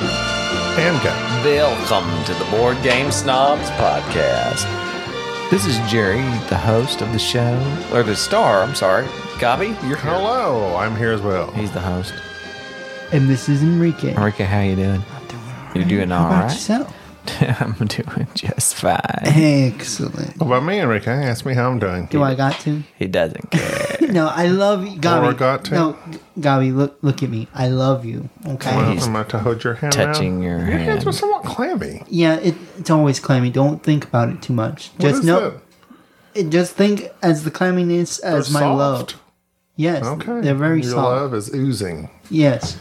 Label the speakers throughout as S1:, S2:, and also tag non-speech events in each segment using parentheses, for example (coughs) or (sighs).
S1: Amco.
S2: Welcome to the Board Game Snobs Podcast. This is Jerry, the host of the show, or the star, I'm sorry. Gobby, you're here.
S1: Hello, I'm here as well.
S2: He's the host.
S3: And this is Enrique.
S2: Enrique, how you doing?
S3: I'm doing all right.
S2: You're doing all
S3: How about
S2: right?
S3: yourself?
S2: (laughs) I'm doing just fine.
S3: Excellent.
S1: What about me, Enrique? Ask me how I'm doing.
S3: Do I got
S2: (laughs)
S3: to?
S2: He doesn't care.
S3: No, I love you.
S1: I
S3: Gabi.
S1: got to?
S3: No, Gabi, look, look at me. I love you. Okay.
S1: Well,
S2: He's
S1: am I to hold your hand?
S2: touching
S1: now?
S2: your
S1: Your hands
S2: hand.
S1: were somewhat clammy.
S3: Yeah, it, it's always clammy. Don't think about it too much.
S1: What
S3: Just
S1: is
S3: know.
S1: that?
S3: It, just think as the clamminess as
S1: They're
S3: my
S1: soft.
S3: love. Yes,
S1: Okay.
S3: they're very
S1: your
S3: soft.
S1: love is oozing.
S3: Yes.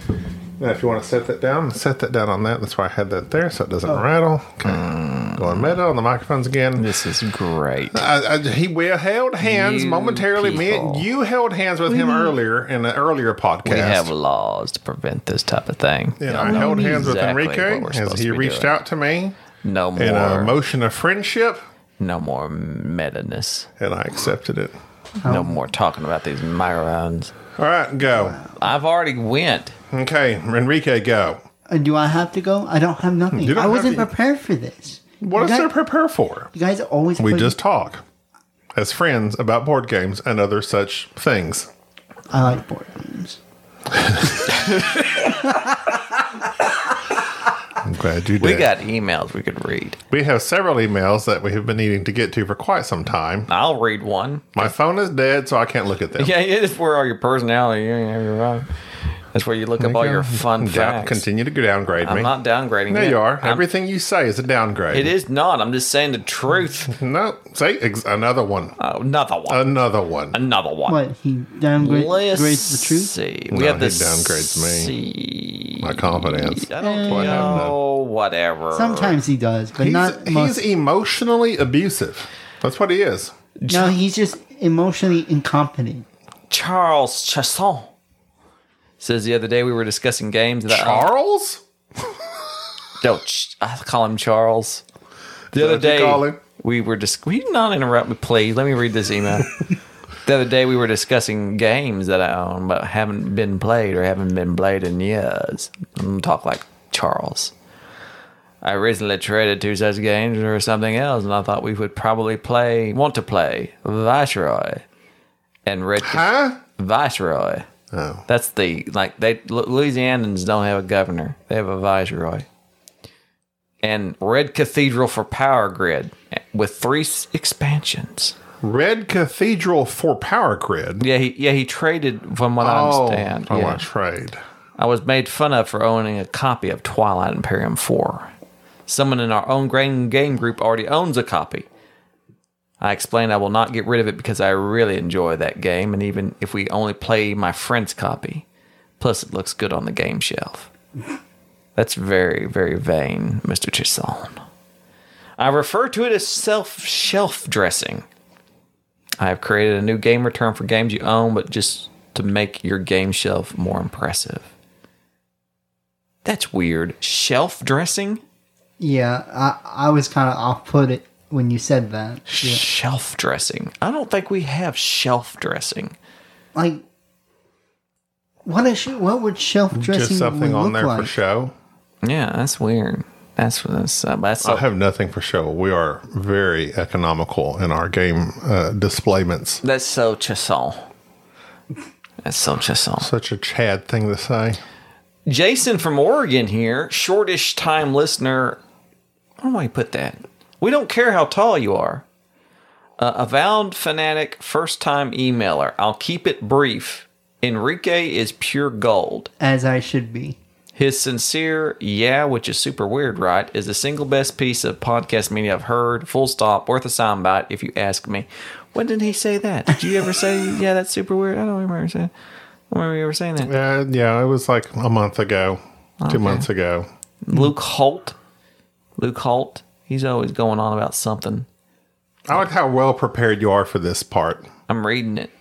S1: Now, if you want to set that down, set that down on that. That's why I had that there, so it doesn't
S2: Oh.
S1: rattle. Okay.
S2: Mm.
S1: Going meta on the microphones again.
S2: This is great.
S1: I, I, he we held hands
S2: You
S1: momentarily. Me, and-
S2: people.
S1: you held hands with him earlier in an earlier podcast.
S2: We have laws to prevent this type of thing.
S1: and
S2: Y'all
S1: I
S2: know
S1: held hands
S2: exactly
S1: with
S2: what we're
S1: Enrique
S2: supposed
S1: as he
S2: to be
S1: reached
S2: doing.
S1: out to me
S2: No
S1: in
S3: uh,
S1: a
S2: more,
S1: motion of friendship,
S2: no more meta-ness.
S1: and I accepted it.
S3: Oh.
S2: No more talking about these microphones.
S1: All right, go.
S2: I've already went.
S1: Okay, Enrique, go.
S3: Uh, Do I have to go? I don't have nothing.
S1: You don't
S3: I
S1: have
S3: wasn't
S1: to-
S3: prepared for this.
S1: What
S3: you
S1: is
S3: guys,
S1: there to prepare for?
S3: You guys always.
S1: We
S3: put-
S1: just talk as friends about board games and other such things.
S3: I like board games.
S1: I'm glad you did.
S2: We got emails we could read.
S1: We have several emails that we have been needing to get to for quite some time.
S2: I'll read one.
S1: My phone is dead, so I can't look at them.
S2: (laughs) Yeah, yeah, that's where all your personality. Yeah, yeah, you're right. uh, That's where you look up all your fun
S1: Down,
S2: facts.
S1: continue to downgrade
S2: I'm
S1: me.
S2: not downgrading.
S1: there
S2: it.
S1: you are.
S2: I'm-
S1: Everything you say is a downgrade.
S2: it is not. I'm just saying the
S1: (laughs)
S2: truth.
S1: No, see, ex- another one.
S2: Oh, another one.
S1: Another one.
S2: another one.
S3: What he downgrades
S2: Let's
S3: grades the truth.
S2: see. We
S1: No,
S2: have
S1: he
S2: this.
S1: downgrades me.
S2: See.
S1: My confidence.
S2: I don't
S1: What happened?
S2: know. Whatever.
S3: Sometimes he does, but
S1: He's,
S3: not
S1: he's
S3: most.
S1: emotionally abusive. That's what he is.
S3: no, he's just emotionally incompetent.
S2: Charles Chasson says the other day we were discussing games that I-
S1: Charles?
S2: No, Ch- I call him Charles. The other
S1: what you
S2: day,
S1: call him?
S2: we were just. Will you not interrupt me, please? Let me read
S1: (laughs)
S2: this email. the other day, we were discussing games that I own but haven't been played or haven't been played in years. I'm gonna talk like Charles. I recently traded two such games or something else, and I thought we would probably play, want to play Viceroy and Red
S1: Huh?
S2: Viceroy.
S1: Oh.
S2: That's the like they Lu- Louisianans don't have a governor; they have a viceroy. And Red Cathedral for Power Grid eh, with three s- expansions.
S1: Red Cathedral for Power Grid.
S2: Yeah, he, yeah, he traded from what I understand.
S1: oh,
S2: yeah.
S1: I trade.
S2: I was made fun of for owning a copy of Twilight Imperium 4. Someone in our own grain game group already owns a copy. I explained I will not get rid of it because I really enjoy that game, and even if we only play my friend's copy, plus it looks good on the game shelf. That's very, very vain, Mr. Chisholm. I refer to it as self shelf dressing. I have created a new game return for games you own, but just to make your game shelf more impressive. That's weird. Shelf dressing?
S3: Yeah, I, I was kind of off put it when you said that. Yeah.
S2: Shelf dressing. I don't think we have shelf dressing.
S3: Like, what a sh- what would shelf dressing
S1: Just something
S3: would
S1: on
S3: look
S1: there
S3: like?
S1: for show.
S2: Yeah, that's weird. That's that's uh, that's
S1: I have nothing for show. We are very economical in our game uh, displayments.
S2: that's so Chisholm. That's so Chisholm.
S1: Such a Chad thing to say.
S2: Jason from Oregon here, shortish time listener I don't know why you put that. We don't care how tall you are. Uh, avowed fanatic, first time emailer. I'll keep it brief. Enrique is pure gold.
S3: as I should be.
S2: His sincere, yeah, which is super weird, right, is the single best piece of podcast media I've heard, full stop, worth a soundbite, if you ask me. When did he say that? Did you ever say, (laughs) yeah, that's super weird? I don't remember saying I don't remember you ever saying that.
S1: Uh, yeah, it was like a month ago, two months ago.
S2: Luke Holt. Luke Holt. He's always going on about something.
S1: I like how well prepared you are for this part.
S2: I'm reading it.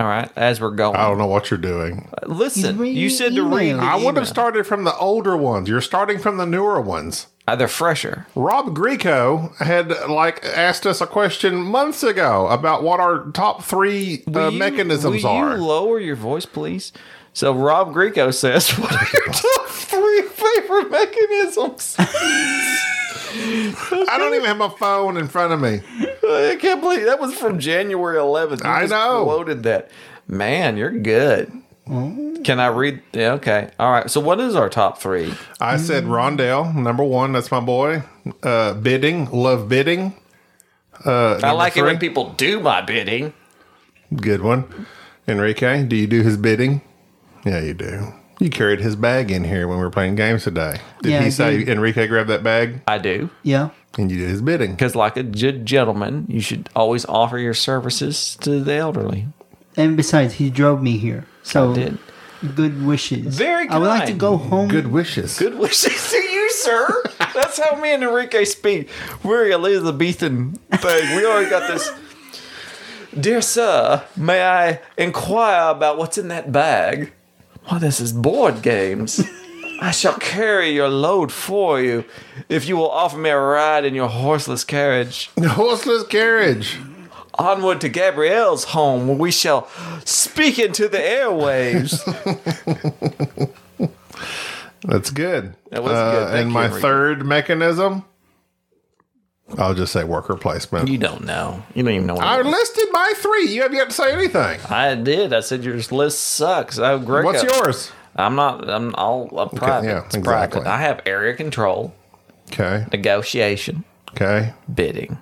S2: All right, as we're going.
S1: I don't know what you're doing.
S2: Listen,
S3: Read
S2: you said to read.
S3: email.
S2: the
S1: I would
S2: email.
S1: have started from the older ones. You're starting from the newer ones.
S2: Uh, they're fresher.
S1: Rob Greco had like asked us a question months ago about what our top three uh,
S2: Will you-
S1: mechanisms
S2: will
S1: are.
S2: You lower your voice, please. So Rob Greco says, (laughs) "What are your top three favorite mechanisms?" Uh,
S1: I don't even have my phone in front of me.
S2: I can't believe that was from January 11th. You
S1: I
S2: just
S1: know.
S2: Quoted that. Man, you're good. Can I read? Yeah, okay. All right. So, what is our top three?
S1: I said
S2: Mm.
S1: Rondell number one. That's my boy. Uh, bidding, love bidding.
S2: I like it when
S1: Uh, three?
S2: people do my bidding.
S1: Good one. Enrique, do you do his bidding? Yeah, you do. You carried his bag in here when we were playing games today. Did
S3: Yeah, I
S1: he say
S3: did.
S1: Enrique grabbed that bag
S2: I do.
S3: Yeah.
S1: and you did his bidding?
S2: Because, like a good gentleman, you should always offer your services to the elderly.
S3: And besides, he drove me here. So
S2: I did.
S3: good wishes.
S2: Very
S3: I would like to
S2: kind.
S3: go home.
S1: Good wishes.
S2: Good wishes to you, sir. That's how me and Enrique speak. We're Elizabethan thing. We already got this. Dear sir, may I inquire about what's in that bag? Why, this is board games. I shall carry your load for you if you will offer me a ride in your horseless carriage.
S1: (laughs) Horseless carriage.
S2: Onward to Gabrielle's home, where we shall speak into the airwaves.
S1: That's good. Uh,
S2: That was good. Thank
S1: and
S2: you,
S1: my
S2: Enrique.
S1: third mechanism, I'll just say worker placement.
S2: (laughs) you don't know. You don't even know what
S1: I listed my three. You have yet to say anything.
S2: I did. I said your list sucks. Oh, great.
S1: What's yours?
S2: I'm not. I'm all uh, private.
S1: yeah,
S2: it's
S1: exactly.
S2: private. I have area control,
S1: Okay.
S2: negotiation,
S1: Okay.
S2: bidding,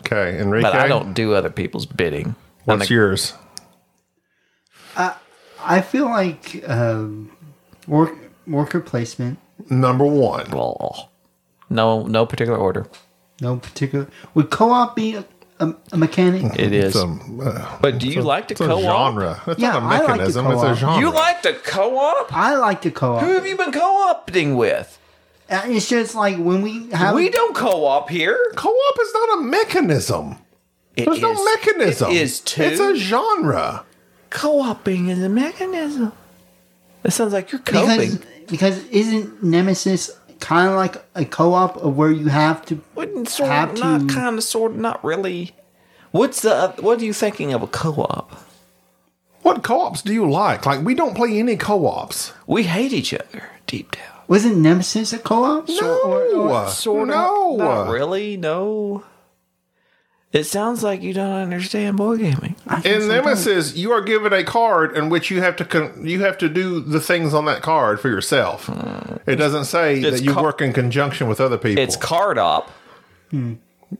S1: Okay. Enrique,
S2: but I don't do other people's bidding. I'm
S1: what's
S2: the-
S1: yours?
S3: I feel like um, work worker placement.
S1: Number one.
S2: Well, no, no particular order.
S3: No particular. Would co-op be a, a, a mechanic?
S2: It is.
S1: Some, uh,
S2: but do you like to
S1: it's a
S2: co-op?
S1: genre. It's
S3: Yeah,
S1: not a
S3: I like to
S1: mechanism. it's a
S3: co-op.
S1: genre.
S2: You like to co-op?
S3: I like to co-op.
S2: Who have you been co-opting with?
S3: Uh, It's just like when we have
S2: We don't co-op here.
S1: co-op is not a mechanism.
S2: It
S1: There's no
S2: is-
S1: mechanism.
S2: It is too.
S1: It's a genre.
S2: co-oping is a mechanism. It sounds like you're coping.
S3: because because isn't Nemesis kind of like a co-op of where you have to?
S2: Wouldn't sort
S3: have
S2: of, not
S3: to-
S2: kind of sort of, not really. What's the what are you thinking of a co-op?
S1: What co-ops do you like? Like we don't play any co-ops.
S2: We hate each other deep down.
S3: Wasn't Nemesis a co-op?
S1: no,
S2: Uh,
S1: no.
S2: not really. No. It sounds like you don't understand board gaming.
S1: In Nemesis, you are given a card in which you have to con- you have to do the things on that card for yourself. It doesn't say
S2: It's
S1: that you
S2: ca-
S1: work in conjunction with other people.
S2: It's card op.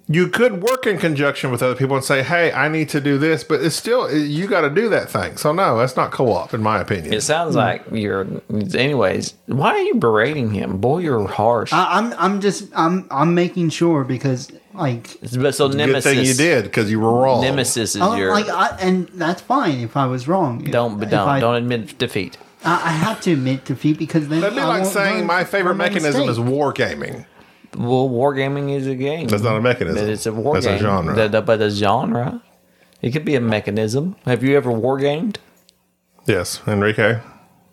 S1: you could work in conjunction with other people and say, "Hey, I need to do this," but it's still you got to do that thing. So no, that's not co-op in my opinion.
S2: It sounds like you're. Anyways, why are you berating him? Boy, you're harsh.
S3: I, I'm I'm just I'm I'm making sure because like
S2: but so
S1: Good
S2: nemesis.
S1: thing you did because you were wrong.
S2: Nemesis is
S3: I,
S2: your.
S3: like I, and that's fine if I was wrong. If-
S2: don't
S3: if
S2: don't
S3: I,
S2: don't admit defeat.
S3: I, I have to admit defeat because then
S1: That'd be
S3: I
S1: like
S3: won't
S1: saying
S3: learn
S1: my favorite
S3: from my
S1: mechanism is
S3: mistake.
S1: wargaming.
S2: Well, wargaming is a game.
S1: That's not a mechanism.
S2: But it's a war
S1: That's
S2: game.
S1: a genre.
S2: That- that- but a genre. It could be a mechanism. Have you ever wargamed?
S1: yes, Enrique.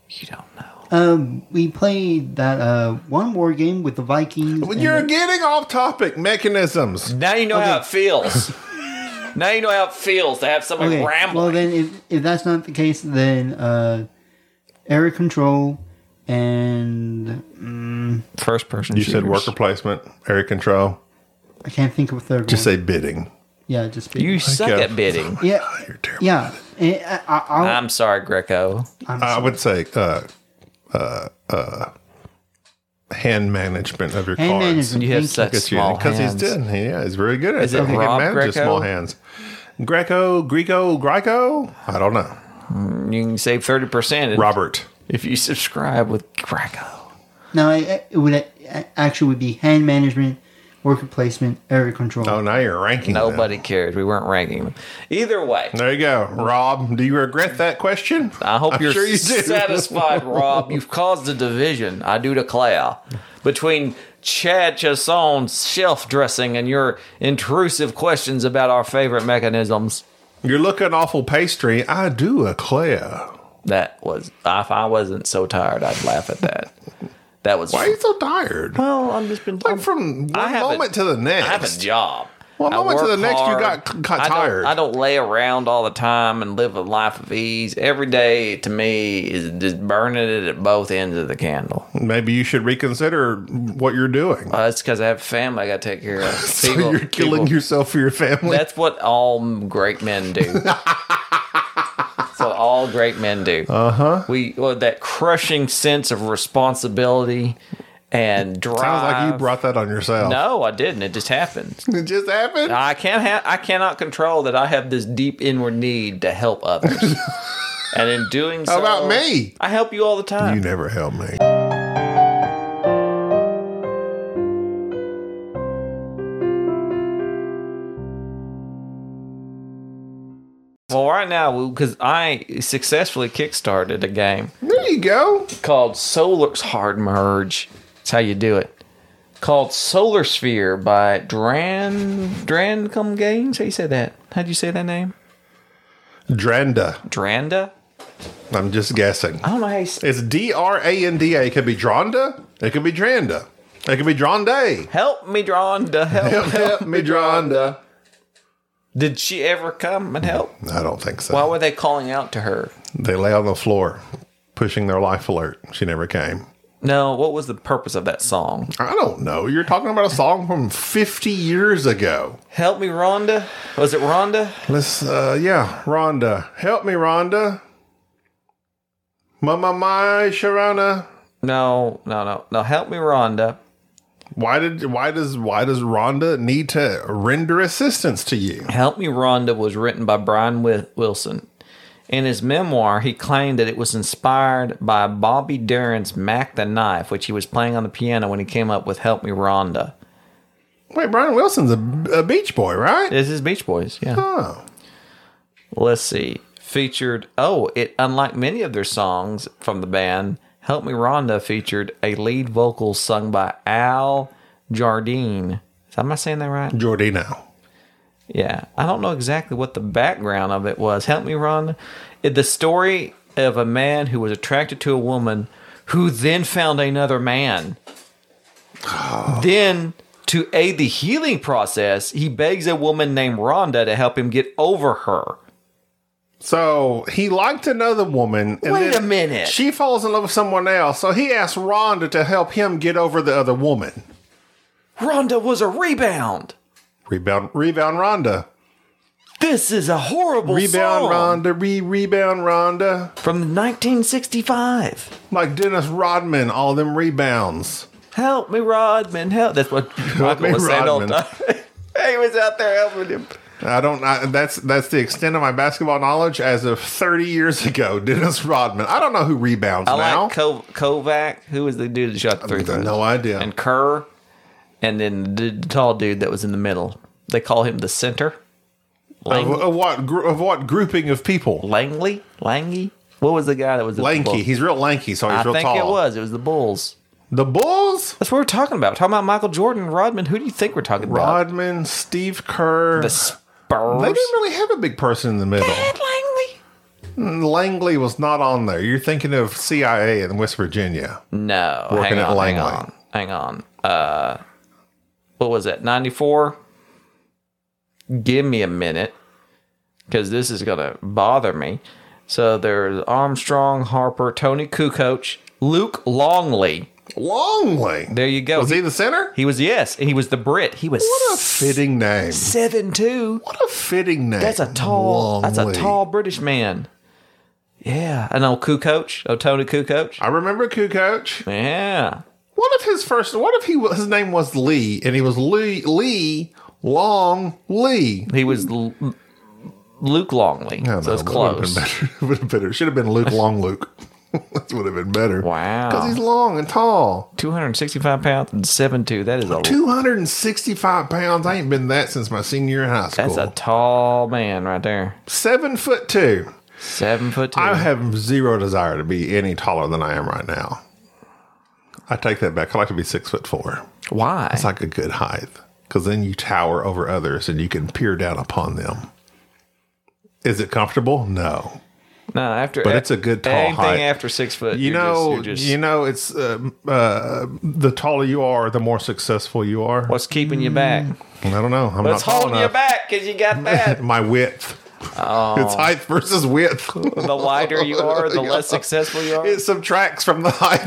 S2: You don't know.
S3: Um, we played that uh one war game with the Vikings.
S1: But
S3: and
S1: You're
S3: the-
S1: getting off topic. Mechanisms.
S2: Now you know how it feels. (laughs) now you know how it feels to have someone
S3: okay.
S2: ramble.
S3: Well, then if if that's not the case, then uh, area control and
S2: First person.
S1: You said worker placement, area control.
S3: I can't think of a third
S1: Just
S3: one.
S1: say bidding.
S3: yeah, just be,
S2: You suck
S1: Okay.
S2: at bidding.
S3: yeah
S1: You're terrible.
S3: yeah. And I, I, I'll-
S2: I'm sorry, Greco.
S1: I would say uh, uh, uh, hand management of your
S3: Hand
S1: cards.
S3: management.
S2: You have
S3: Thank
S2: such small
S1: because he's
S2: hands.
S1: did. He, yeah, he's very good at
S2: Is
S1: that.
S2: it
S1: He can
S2: Rob
S1: manage his
S2: Greco?
S1: small hands. Greco, Greco, Greco. I don't know.
S2: You can save thirty percent
S1: Robert.
S2: if you subscribe with Krakow.
S3: No, it, eh, it would it actually would be hand management, worker placement, area control.
S1: Oh, now you're ranking. them.
S2: Nobody cares. We weren't ranking them. Either way,
S1: There you go, Rob. Do you regret that question?
S2: I hope
S1: I'm
S2: you're
S1: sure you do.
S2: satisfied, Rob. You've caused a division. I do declare between Chad Chasson's shelf dressing and your intrusive questions about our favorite mechanisms.
S1: (laughs) You're looking awful pastry. I do eclair.
S2: That was if I wasn't so tired, I'd laugh at that. That was
S1: Why are you so tired?
S2: Well, I'm just been
S1: Like from
S2: I
S1: one
S2: have a-
S1: moment to the next.
S2: I have a job.
S1: One
S2: I
S1: moment to
S2: work
S1: the next, you
S2: hard.
S1: got- got
S2: I don't-
S1: tired.
S2: I don't lay around all the time and live a life of ease. Every day to me is just burning it at both ends of the candle.
S1: Maybe you should reconsider what you're doing.
S2: Uh, that's because I have family I got to take care
S1: (laughs)
S2: of.
S1: so you're killing
S2: people-
S1: yourself for your family.
S2: That's what all great men do. That's what all great men do. Uh
S1: Uh-huh.
S2: huh. We well, that crushing sense of responsibility and drive.
S1: (laughs) Sounds like you brought that on yourself.
S2: No, I didn't. It just happened.
S1: (laughs) It just happened.
S2: I can't ha- I cannot control that I have this deep inward need to help
S1: (laughs)
S2: others. and in doing so
S1: How about me?
S2: I help you all the
S1: You
S2: time.
S1: never helped me.
S2: Well, right now because I successfully kickstarted a game
S1: There you go.
S2: called Solar's Hard Merge. That's how you do it. Called Solar Sphere by Dran Drancom Games. How you say that? How'd you say that name?
S1: Dranda.
S2: Dranda?
S1: I'm just guessing.
S2: I don't know how you say
S1: It's D R A N D A. It could be Dronda. It could be Dranda. It could be Dronde.
S2: Help me, Dronda. (laughs) Help.
S1: Help, help me, Dronda.
S2: Did she ever come and help?
S1: I don't think so.
S2: Why were they calling out to her?
S1: they lay on the floor, pushing their life alert. She never came.
S2: No, what was the purpose of that song?
S1: I don't know. You're talking about a song from 50 years ago.
S2: Help me, Rhonda. Was it Rhonda?
S1: Let's, uh, yeah, Rhonda. Help me, Rhonda. Mama, my Sharona.
S2: No, no, no, no. Help me, Rhonda.
S1: Why did why does why does Rhonda need to render assistance to you?
S2: Help Me Rhonda was written by Brian Wi- Wilson. In his memoir, he claimed that it was inspired by Bobby Darin's Mac the Knife, which he was playing on the piano when he came up with Help Me Rhonda.
S1: Wait, Brian Wilson's a, a Beach Boy, right?
S2: This is Beach Boys, yeah.
S1: Oh,
S2: Let's see. Featured, oh, it unlike many of their songs from the band, Help Me Rhonda featured a lead vocal sung by Al Jardine. Am I saying that right?
S1: Jordino.
S2: Yeah, I don't know exactly what the background of it was. Help me, Rhonda. It, the story of a man who was attracted to a woman who then found another man.
S1: (sighs)
S2: Then, to aid the healing process, he begs a woman named Rhonda to help him get over her.
S1: So he liked another woman. And
S2: Wait
S1: then
S2: a minute.
S1: She falls in love with someone else, so he asked Rhonda to help him get over the other woman.
S2: Rhonda was a rebound.
S1: Rebound, rebound, Rhonda.
S2: This is a horrible
S1: Rebound,
S2: song
S1: Rhonda. Re rebound, Rhonda.
S2: from 1965.
S1: Like Dennis Rodman, all them rebounds.
S2: Help me, Rodman. Help. That's what Michael
S1: me,
S2: was saying all the
S1: Rodman.
S2: time. (laughs) he was out there helping him.
S1: I don't. I, that's that's the extent of my basketball knowledge as of 30 years ago. (laughs) Dennis Rodman. I don't know who rebounds
S2: I
S1: now.
S2: like Ko- Kovac. Who was the dude that shot the three throws?
S1: no idea.
S2: And Kerr, and then the, the tall dude that was in the middle. They call him the center.
S1: of,
S2: Lang-
S1: of what gr- of what grouping of people?
S2: Langley, Langy. What was the guy that was the
S1: Lanky.
S2: Bulls?
S1: He's real lanky, so he's
S2: I
S1: real
S2: think
S1: tall.
S2: it was. It was the Bulls.
S1: The Bulls.
S2: That's what we're talking about. We're talking about Michael Jordan, Rodman. Who do you think we're talking about?
S1: Rodman, Steve Kerr.
S2: The Spurs.
S1: They didn't really have a big person in the middle.
S2: Ed Langley.
S1: Langley was not on there. You're thinking of CIA in West Virginia.
S2: No,
S1: Working
S2: hang
S1: at
S2: on,
S1: Langley.
S2: hang on, hang on. Uh, what was that? Ninety four. Give me a minute, because this is gonna bother me. So there's Armstrong, Harper, Tony Kukoc, Luke Longley.
S1: Longley.
S2: There you go.
S1: Was he the center?
S2: He was yes, he was the Brit. He was
S1: What a fitting name.
S2: seven two.
S1: What a fitting name.
S2: That's a tall. That's
S1: Longley.
S2: a tall British man. Yeah, and old Kukoc, oh Tony Kukoc.
S1: I remember Kukoc.
S2: Yeah,
S1: What if his first? What if he his name was Lee and he was Lee Lee Long Lee?
S2: He was L- Luke Longley,
S1: I don't
S2: so it's
S1: know, but
S2: close.
S1: It would have been better. (laughs) It would've been better. It should have been Luke Long Luke. (laughs) that would have been better.
S2: Wow.
S1: Because he's long and tall.
S2: 265 pounds and 7'2". That is a
S1: 265 pounds. I ain't been that since my senior year in high school.
S2: that's a tall man right there.
S1: Seven foot two.
S2: Seven foot two.
S1: I have zero desire to be any taller than I am right now. I take that back. I like to be six foot four.
S2: Why?
S1: It's like a good height because then you tower over others and you can peer down upon them. Is it comfortable? No.
S2: no, after
S1: but it's a good tall
S2: anything
S1: height.
S2: after six foot.
S1: You
S2: you're
S1: know,
S2: just, you're just,
S1: you know, it's uh, uh, the taller you are, the more successful you are.
S2: what's keeping you back?
S1: I don't know. I'm Mm,
S2: What's
S1: not tall
S2: holding you
S1: enough.
S2: back? Because you got
S1: (laughs)
S2: that.
S1: My width. It's height versus width.
S2: the wider (laughs) you
S1: (laughs)
S2: are, the less successful you are.
S1: it subtracts from the height.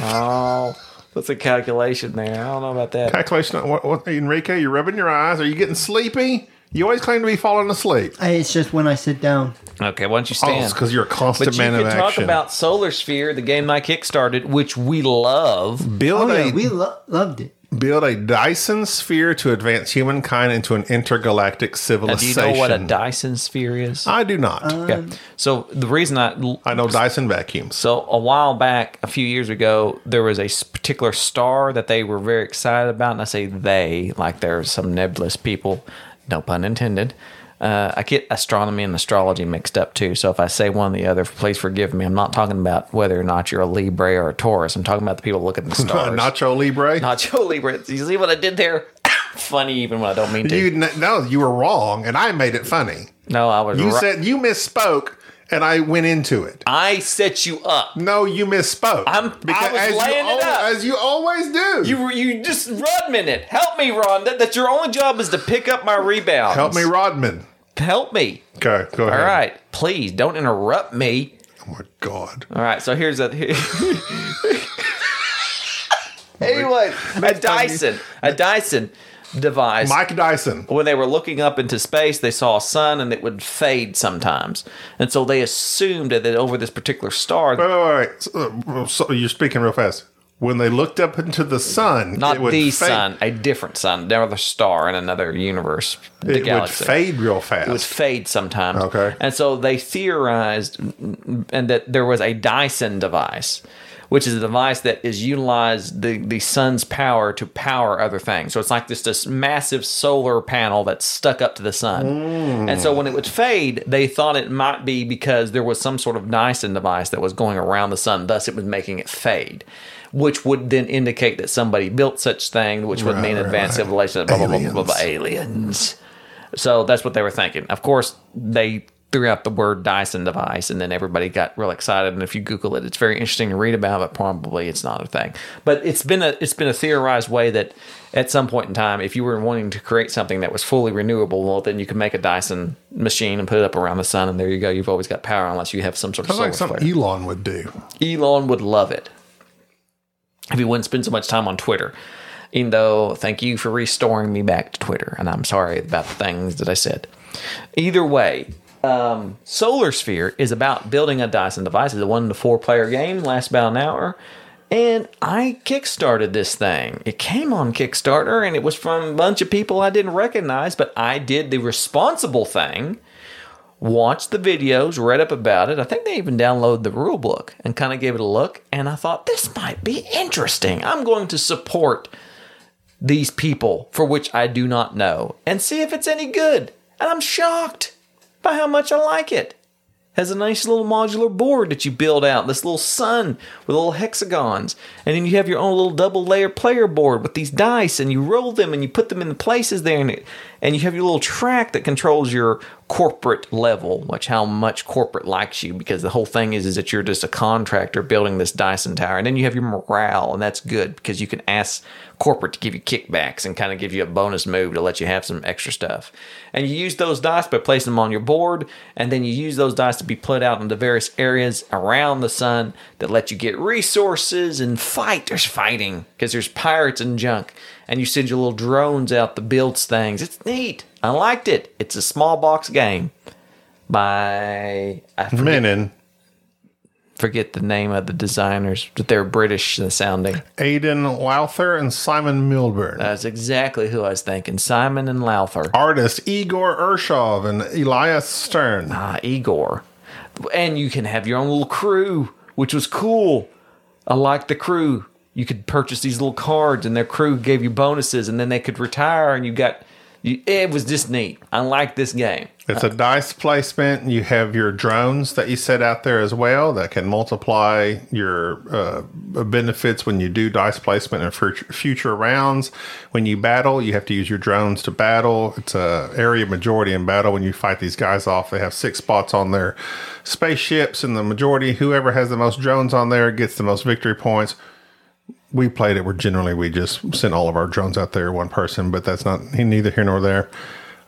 S1: (laughs)
S2: Oh, that's a calculation there. I don't know about that.
S1: Calculation. What, what, Enrique, you're rubbing your eyes. Are you getting sleepy? You always claim to be falling asleep.
S3: I, Eh, it's just when I sit down.
S2: Okay, why don't you
S1: Oh,
S2: stand?
S1: it's because you're a constant
S2: but you
S1: man
S2: could
S1: of
S2: talk
S1: action.
S2: about Solar Sphere, the game I kickstarted, which we love.
S1: build
S3: Oh
S1: a
S3: yeah, we lo- loved it.
S1: build a Dyson sphere to advance humankind into an intergalactic
S2: Now, do you
S1: civilization.
S2: know what a Dyson Sphere is?
S1: I do not.
S2: Okay. So the reason I
S1: Uh, I know Dyson vacuums. (laughs)
S2: So a while back, a few years ago, there was a s- particular star that they were very excited about, and I say they like there are some nebulous people, no pun intended. Uh, I get astronomy and astrology mixed up too, so if I say one or the other, please forgive me. I'm not talking about whether or not you're a Libre or a Taurus. I'm talking about the people that look at the
S1: (laughs)
S2: stars. (laughs)
S1: Nacho Libre.
S2: Nacho Libre. You see what I did there? (coughs) Funny, even when I don't mean to.
S1: you kn- no, you were wrong, and I made it funny.
S2: no, I was.
S1: You
S2: right.
S1: said you misspoke, and I went into it.
S2: I set you up.
S1: No, you misspoke.
S2: I'm- I was
S1: as,
S2: laying
S1: you
S2: it
S1: al-
S2: up.
S1: as you always do.
S2: You you just Rodman it. Help me, Rhonda. That your only job is to pick up my rebound.
S1: help me, Rodman.
S2: Help me.
S1: Okay, go ahead.
S2: All right, please don't interrupt me.
S1: Oh my God.
S2: All right, so here's a. (laughs) Here, anyway, a Dyson, a Dyson device.
S1: Mike Dyson.
S2: when they were looking up into space, they saw a sun and it would fade sometimes, and so they assumed that over this particular star,
S1: Wait, wait, wait. wait. So, uh, so you're speaking real fast. When they looked up into the sun,
S2: not
S1: it would
S2: the
S1: fade.
S2: sun, a different sun, another star in another universe, the
S1: it
S2: galaxy.
S1: would fade real fast.
S2: It would fade sometimes.
S1: Okay.
S2: And so they theorized and that there was a Dyson device, which is a device that is utilized the, the sun's power to power other things. So it's like this this massive solar panel that's stuck up to the sun.
S1: Hmm.
S2: And so when it would fade, they thought it might be because there was some sort of Dyson device that was going around the sun, thus it was making it fade. Which would then indicate that somebody built such thing, which would mean
S1: Right, right,
S2: advanced
S1: right.
S2: civilization, blah, blah, blah, blah, blah, blah,
S1: Aliens.
S2: aliens. So that's what they were thinking. Of course, they threw out the word Dyson device, and then everybody got real excited. And if you Google it, it's very interesting to read about, but probably it's not a thing. But it's been a it's been a theorized way that at some point in time, if you were wanting to create something that was fully renewable, well, then you could make a Dyson machine and put it up around the sun, and there you go. You've always got power, unless you have some sort of
S1: Sounds
S2: solar
S1: like something
S2: flare.
S1: Elon would do.
S2: Elon would love it if he wouldn't spend so much time on Twitter. Even though, thank you for restoring me back to Twitter, and I'm sorry about the things that I said. Either way, um, Solar Sphere is about building a Dyson device. It's a one to four player game, lasts about an hour. And I kickstarted this thing. It came on Kickstarter, and it was from a bunch of people I didn't recognize, but I did the responsible thing watched the videos, read up about it. I think they even downloaded the rule book and kind of gave it a look. And I thought, this might be interesting. I'm going to support these people for which I do not know and see if it's any good. And I'm shocked by how much I like it. Has a nice little modular board that you build out, this little sun with little hexagons. And then you have your own little double layer player board with these dice, and you roll them and you put them in the places there. And, and you have your little track that controls your corporate level, which how much corporate likes you, because the whole thing is, is that you're just a contractor building this Dyson tower. And then you have your morale, and that's good because you can ask corporate to give you kickbacks and kind of give you a bonus move to let you have some extra stuff. And you use those dice by placing them on your board, and then you use those dice to be put out into various areas around the sun that let you get resources and fight. There's fighting because there's pirates and junk, and you send your little drones out to build things. It's neat. I liked it. It's a small box game by I forget-
S1: Menon.
S2: forget the name of the designers, but they're British sounding.
S1: Aidan Lowther and Simon Milburn.
S2: That's exactly who I was thinking. Simon and Lowther.
S1: Artists Igor Urshov and Elias Stern.
S2: Ah, Igor. And you can have your own little crew, which was cool. I liked the crew. You could purchase these little cards, and their crew gave you bonuses, and then they could retire, and you got. You, it was just neat. I liked this game.
S1: It's a dice placement. You have your drones that you set out there as well that can multiply your uh, benefits when you do dice placement in fut- future rounds. When you battle, you have to use your drones to battle. It's a area majority in battle when you fight these guys off. They have six spots on their spaceships, and the majority, whoever has the most drones on there, gets the most victory points. We played it where generally we just sent all of our drones out there, one person, but that's not neither here nor there.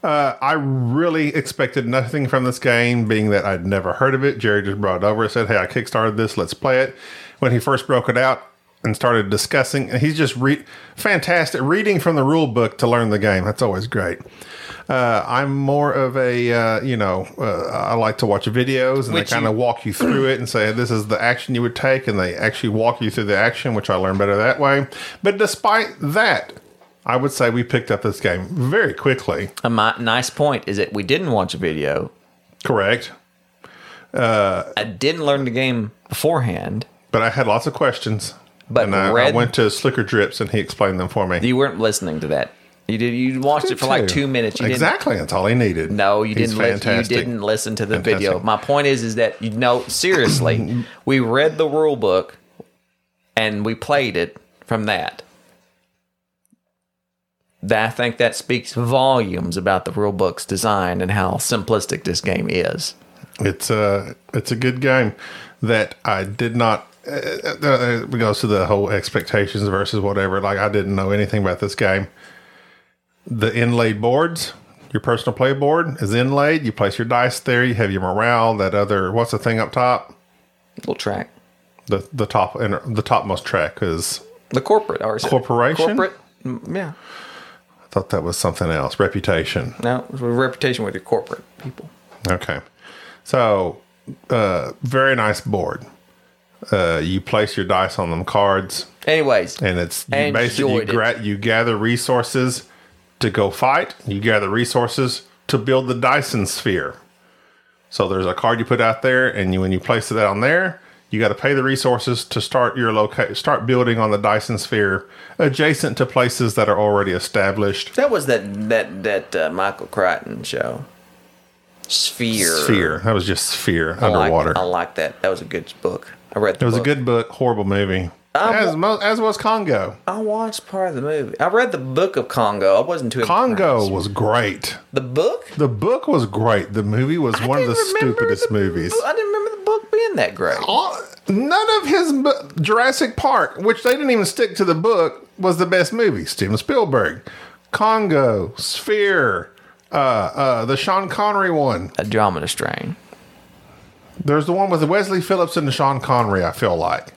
S1: Uh, I really expected nothing from this game, being that I'd never heard of it. Jerry just brought it over and said, Hey, I kickstarted this, let's play it. When he first broke it out and started discussing, and he's just re- fantastic reading from the rule book to learn the game. That's always great. Uh, I'm more of a, uh, you know, uh, I like to watch videos and
S2: Which
S1: they kind of
S2: you-
S1: walk you through it and say, this is the action you would take. And they actually walk you through the action, which I learned better that way. But despite that, I would say we picked up this game very quickly.
S2: A mi- nice point is that we didn't watch a video.
S1: Correct. Uh,
S2: I didn't learn the game beforehand.
S1: But I had lots of questions.
S2: But
S1: and I, I
S2: red-
S1: went to Slicker Drips and he explained them for me.
S2: You weren't listening to that. You did. You watched it for like two minutes. You didn't
S1: exactly. That's all he needed.
S2: No, you
S1: He's
S2: didn't. Li- you
S1: fantastic.
S2: didn't listen to the
S1: Fantastic.
S2: video. My point is, is that you know
S1: (laughs)
S2: seriously, we read the rule book, and we played it from that. That I think that speaks volumes about the rule book's design and how simplistic this game is.
S1: It's a it's a good game that I did not. uh, Uh, uh, it goes to the whole expectations versus whatever. Like I didn't know anything about this game. The inlaid boards, your personal play board is inlaid. You place your dice there. You have your morale. That other what's the thing up top?
S2: Little track,
S1: The the top inner, the topmost track is.
S2: the corporate or is it
S1: Corporation?
S2: corporate. Mm, Yeah,
S1: I thought that was something else. Reputation.
S2: no reputation with your corporate people.
S1: Okay. So, uh, very nice board. Uh, you place your dice on them cards,
S2: Anyways,
S1: and it's you
S2: And
S1: basically you,
S2: enjoyed
S1: gra- you gather resources to go fight. You gather resources to build the Dyson sphere. So there's a card you put out there, and you, when you place that on there, you got to pay the resources to start your loca- start building on the Dyson sphere adjacent to places that are already established.
S2: that was that that that uh, Michael Crichton show. Sphere. Oh,
S1: Sphere. That was just sphere
S2: I liked-
S1: underwater.
S2: I like that. That was a good book. I read. The
S1: It was
S2: book.
S1: a good book, horrible movie.
S2: Um,
S1: as, mo- as was Congo.
S2: I watched part of the movie. I read the book of Congo. I wasn't too
S1: Congo
S2: impressed.
S1: was great.
S2: The book.
S1: The book was great. The movie was one of the
S2: didn't remember
S1: stupidest
S2: the-
S1: movies.
S2: I didn't remember the book being that great.
S1: All, none of his mo- Jurassic Park, which they didn't even stick to the book, was the best movie. Steven Spielberg, Congo, Sphere, uh, uh, the Sean Connery one.
S2: Andromeda Strain.
S1: There's the one with Wesley Phillips and Sean Connery. I feel like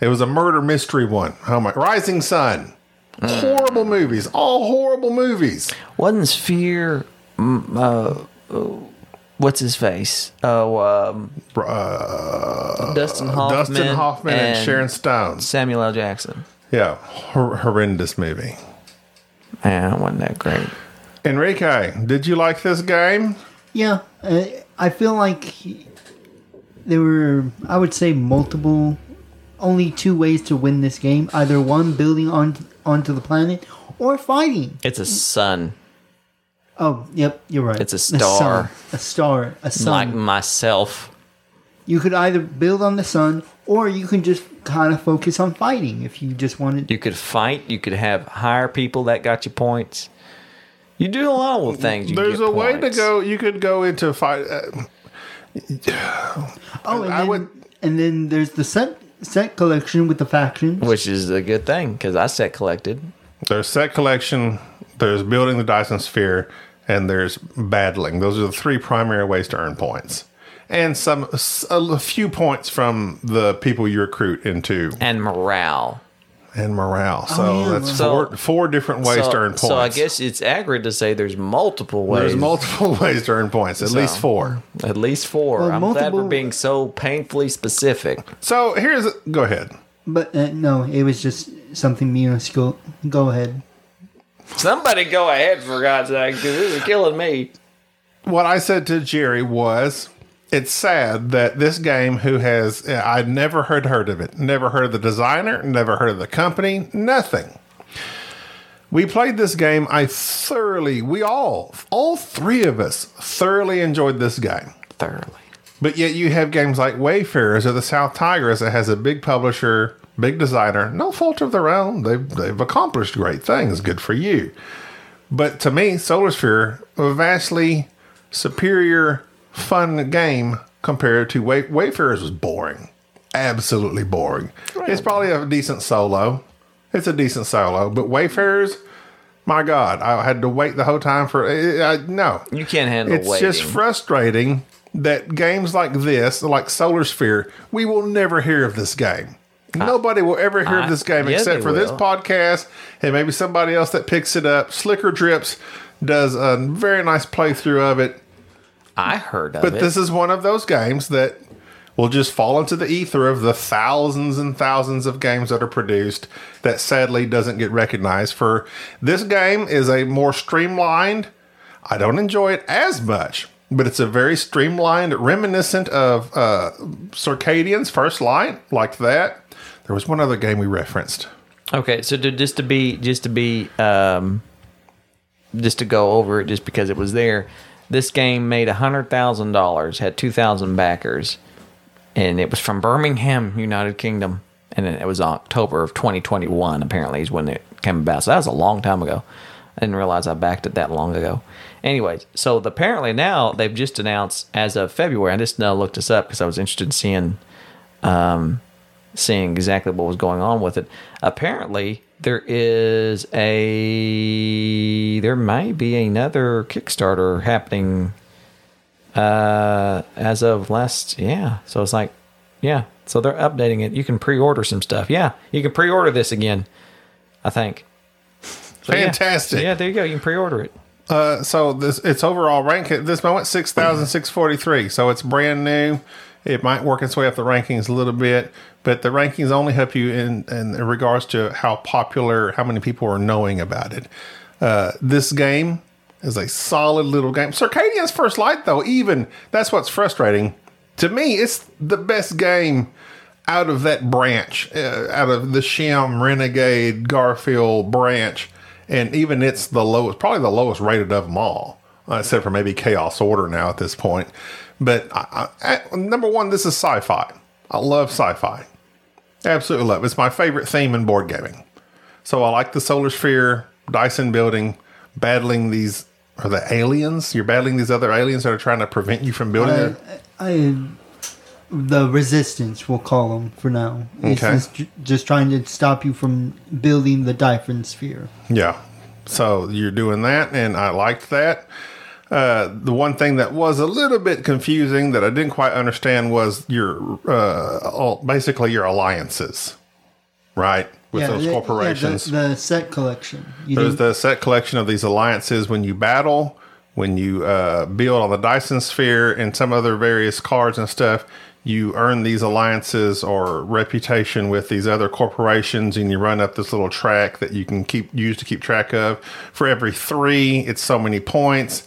S1: it was a murder mystery one. Oh my, Rising Sun. Mm. Horrible movies, all horrible movies.
S2: Wasn't Sphere? mm, Uh, what's his face? Oh, um, Dustin Hoffman.
S1: Uh, Dustin Hoffman and, Sharon Stone.
S2: Samuel L. Jackson.
S1: Yeah, hor- horrendous movie.
S2: Yeah, it wasn't that great.
S1: Enrique, did you like this game?
S3: Yeah, I, I feel like he- there were, I would say, multiple, only two ways to win this game: either one building on onto the planet, or fighting.
S2: It's a sun,
S3: Oh, yep, you're right.
S2: It's a
S3: sun.
S2: star.
S3: A, star. A sun.
S2: like myself.
S3: you could either build on the sun, or you can just kind of focus on fighting if you just wanted.
S2: You could fight. You could have hire people that got you points. You do a lot of things. You
S1: There's
S2: get
S1: a way to
S2: points.
S1: go. You could go into fight. Uh,
S3: Oh, and
S1: I
S3: then,
S1: would-
S3: and then there's the set set collection with the factions.
S2: which is a good thing because I set collected.
S1: there's set collection. There's building the Dyson sphere, and there's battling. Those are the three primary ways to earn points, and some s- a l- few points from the people you recruit into
S2: and morale.
S1: and morale. So
S3: yeah,
S1: that's
S2: wow.
S1: four four different ways to earn points.
S2: so I guess it's accurate to say there's multiple ways.
S1: there's multiple (laughs) ways to earn points, at least four.
S2: At least four.
S3: Well,
S2: I'm glad
S3: multiple-
S2: we're being so painfully specific.
S1: So here's go ahead.
S3: But uh, no, it was just something minuscule. Go ahead.
S2: Somebody go ahead for God's sake, 'cause this is killing me.
S1: what I said to Jerry was, it's sad that this game, who has I'd never heard heard of it, never heard of the designer, never heard of the company, nothing. We played this game. I thoroughly, we all, all three of us, thoroughly enjoyed this game.
S2: Thoroughly.
S1: But yet you have games like Wayfarers or the South Tigers that has a big publisher, big designer, no fault of their own. They've they've accomplished great things. Good for you. But to me, Solar Sphere, a vastly superior fun game compared to Way- Wayfarers was boring. Absolutely boring. It's probably a decent solo. It's a decent solo, but Wayfarers, my God, I had to wait the whole time for. I, I, no,
S2: You can't handle
S1: it's
S2: waiting.
S1: just frustrating that games like this, like Solar Sphere, we will never hear of this game. Nobody will ever hear
S2: I-
S1: of this game
S2: yeah,
S1: except
S2: they
S1: for this
S2: will.
S1: podcast and maybe somebody else that picks it up. Slicker Drips does a very nice playthrough of it.
S2: I heard of
S1: But
S2: it.
S1: this is one of those games that will just fall into the ether of the thousands and thousands of games that are produced that sadly doesn't get recognized for this game is a more streamlined i don't enjoy it as much but it's a very streamlined reminiscent of uh, circadian's first light like that there was one other game we referenced
S2: Okay, so to, just to be just to be um, just to go over it, just because it was there, this game made hundred thousand dollars, had two thousand backers, and it was from Birmingham, United Kingdom, and then it was October of 2021. Apparently, is when it came about. So that was a long time ago. I didn't realize I backed it that long ago. Anyways, so the, apparently now they've just announced as of February. I just now looked this up because I was interested in seeing seeing exactly what was going on with it. Apparently, there is a there may be another Kickstarter happening uh as of last yeah. So it's like yeah, so they're updating it. You can pre-order some stuff. Yeah, you can pre-order this again. I think. So, yeah.
S1: Fantastic.
S2: Yeah, there you go. You can pre-order it.
S1: Uh, so this its overall rank at this moment six thousand six forty three. So it's brand new. It might work its way up the rankings a little bit, but the rankings only help you in in regards to how popular, how many people are knowing about it. Uh, this game is a solid little game. Circadian's First Light, though, even that's what's frustrating to me. It's the best game out of that branch, uh, out of the Sham Renegade Garfield branch, and even it's the lowest, probably the lowest rated of them all, uh, except for maybe Chaos Order now at this point. But I, I, I- number one, this is sci-fi. I love sci-fi, absolutely love. it. It's my favorite theme in board gaming. So I like the Solar Sphere, Dyson building, battling these. Are the aliens? You're battling these other aliens that are trying to prevent you from building.
S3: I,
S1: it.
S3: I, the resistance, we'll call them for now. It's
S1: Okay.
S3: just, just trying to stop you from building the Different Sphere.
S1: Yeah. So you're doing that, and I liked that. Uh, the one thing that was a little bit confusing that I didn't quite understand was your uh, all, basically your alliances, right? With those
S3: the- yeah, the-
S1: corporations.
S3: the, set collection. You
S1: There's
S3: didn't-
S1: the set collection of these alliances when you battle, when you uh, build on the Dyson Sphere and some other various cards and stuff. You earn these alliances or reputation with these other corporations, and you run up this little track that you can keep use to keep track of. For every three, it's so many points.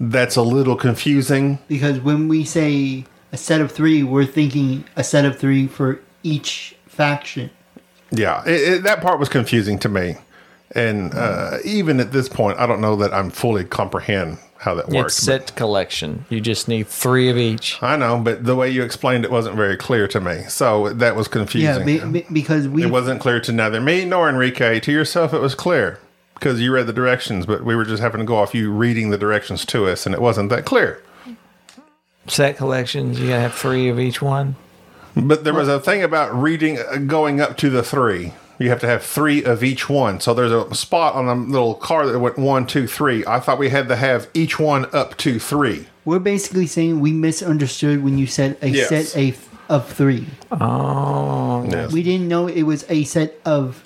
S1: That's a little confusing.
S3: because when we say a set of three, we're thinking a set of three for each faction.
S1: Yeah, it, it, that part was confusing to me, and uh, even at this point, I don't know that I'm fully comprehend how that works.
S2: It's
S1: but-
S2: set collection. You just need three of each.
S1: I know, but the way you explained it wasn't very clear to me. So that was
S3: Yeah,
S1: confusing.
S3: be, be- because we
S1: it wasn't clear to neither me nor Enrique. To yourself, it was clear because you read the directions, but we were just having to go off you reading the directions to us, and it wasn't that clear.
S2: Set collections. You gotta have three of each one.
S1: But there was a thing about reading uh, going up to the three. You have to have three of each one. So there's a spot on the little card that went one, two, three. I thought we had to have each one up to three.
S3: we're basically saying we misunderstood when you said a
S1: Yes.
S3: set a f- of three.
S2: Oh.
S1: Yes.
S3: We didn't know it was a set of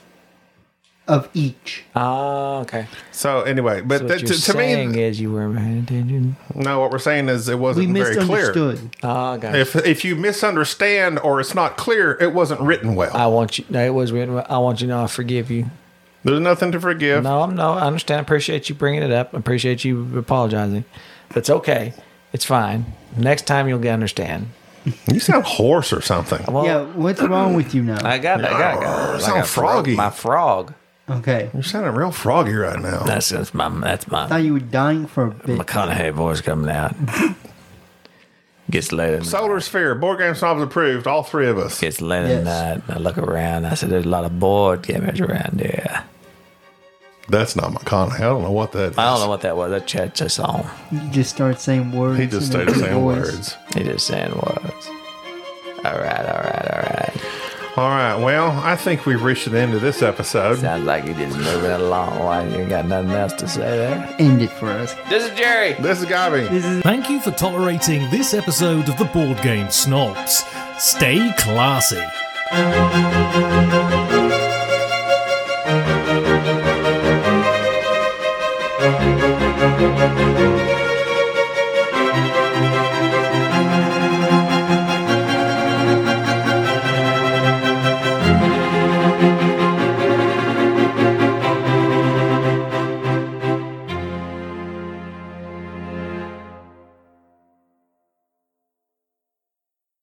S3: of each.
S2: Oh, okay.
S1: So anyway, but
S2: So
S1: that,
S2: what you're
S1: to, to me,
S2: saying is you weren't paying attention.
S1: no. What we're saying is it wasn't
S3: We
S1: very clear.
S3: misunderstood.
S2: Oh, gosh.
S1: If if you misunderstand or it's not clear, it wasn't written well.
S2: I want you. No, it was written. I want you to know I forgive you.
S1: There's nothing to forgive.
S2: No, I'm no. I understand. I appreciate you bringing it up. I appreciate you apologizing. That's okay. It's fine. Next time you'll get understand.
S1: You sound hoarse or something.
S2: Well,
S3: yeah, what's wrong with you now?
S2: I got that. I got, I got, I
S1: Sound
S2: got frog-
S1: froggy.
S2: My frog.
S3: okay.
S1: You're sounding real froggy right now.
S2: That's, that's my. That's my
S3: thought you were dying for a bit.
S2: McConaughey voice coming
S3: (laughs)
S2: out. Gets late. in-
S1: Solar Sphere, board game snobs approved. All three of us.
S2: Gets late at
S3: Yes.
S2: night. and I look around. I said, "There's a lot of board gamers around here."
S1: That's not McConaughey. I don't know what that is.
S2: I don't know what that was. That chat just on.
S3: You just start saying words.
S1: He just
S3: in a
S1: started
S3: deep
S1: saying
S3: voice.
S1: words.
S2: He just saying words. All right, all right, all right.
S1: All right. Well, I think we've reached the end of this episode.
S2: Sounds like you just moving along. Why you ain't got nothing else to say there?
S3: End it for us.
S2: This is Jerry.
S1: This is Gabby.
S4: Thank you for tolerating this episode of the Board Game Snobs. Stay classy.
S5: Thank you.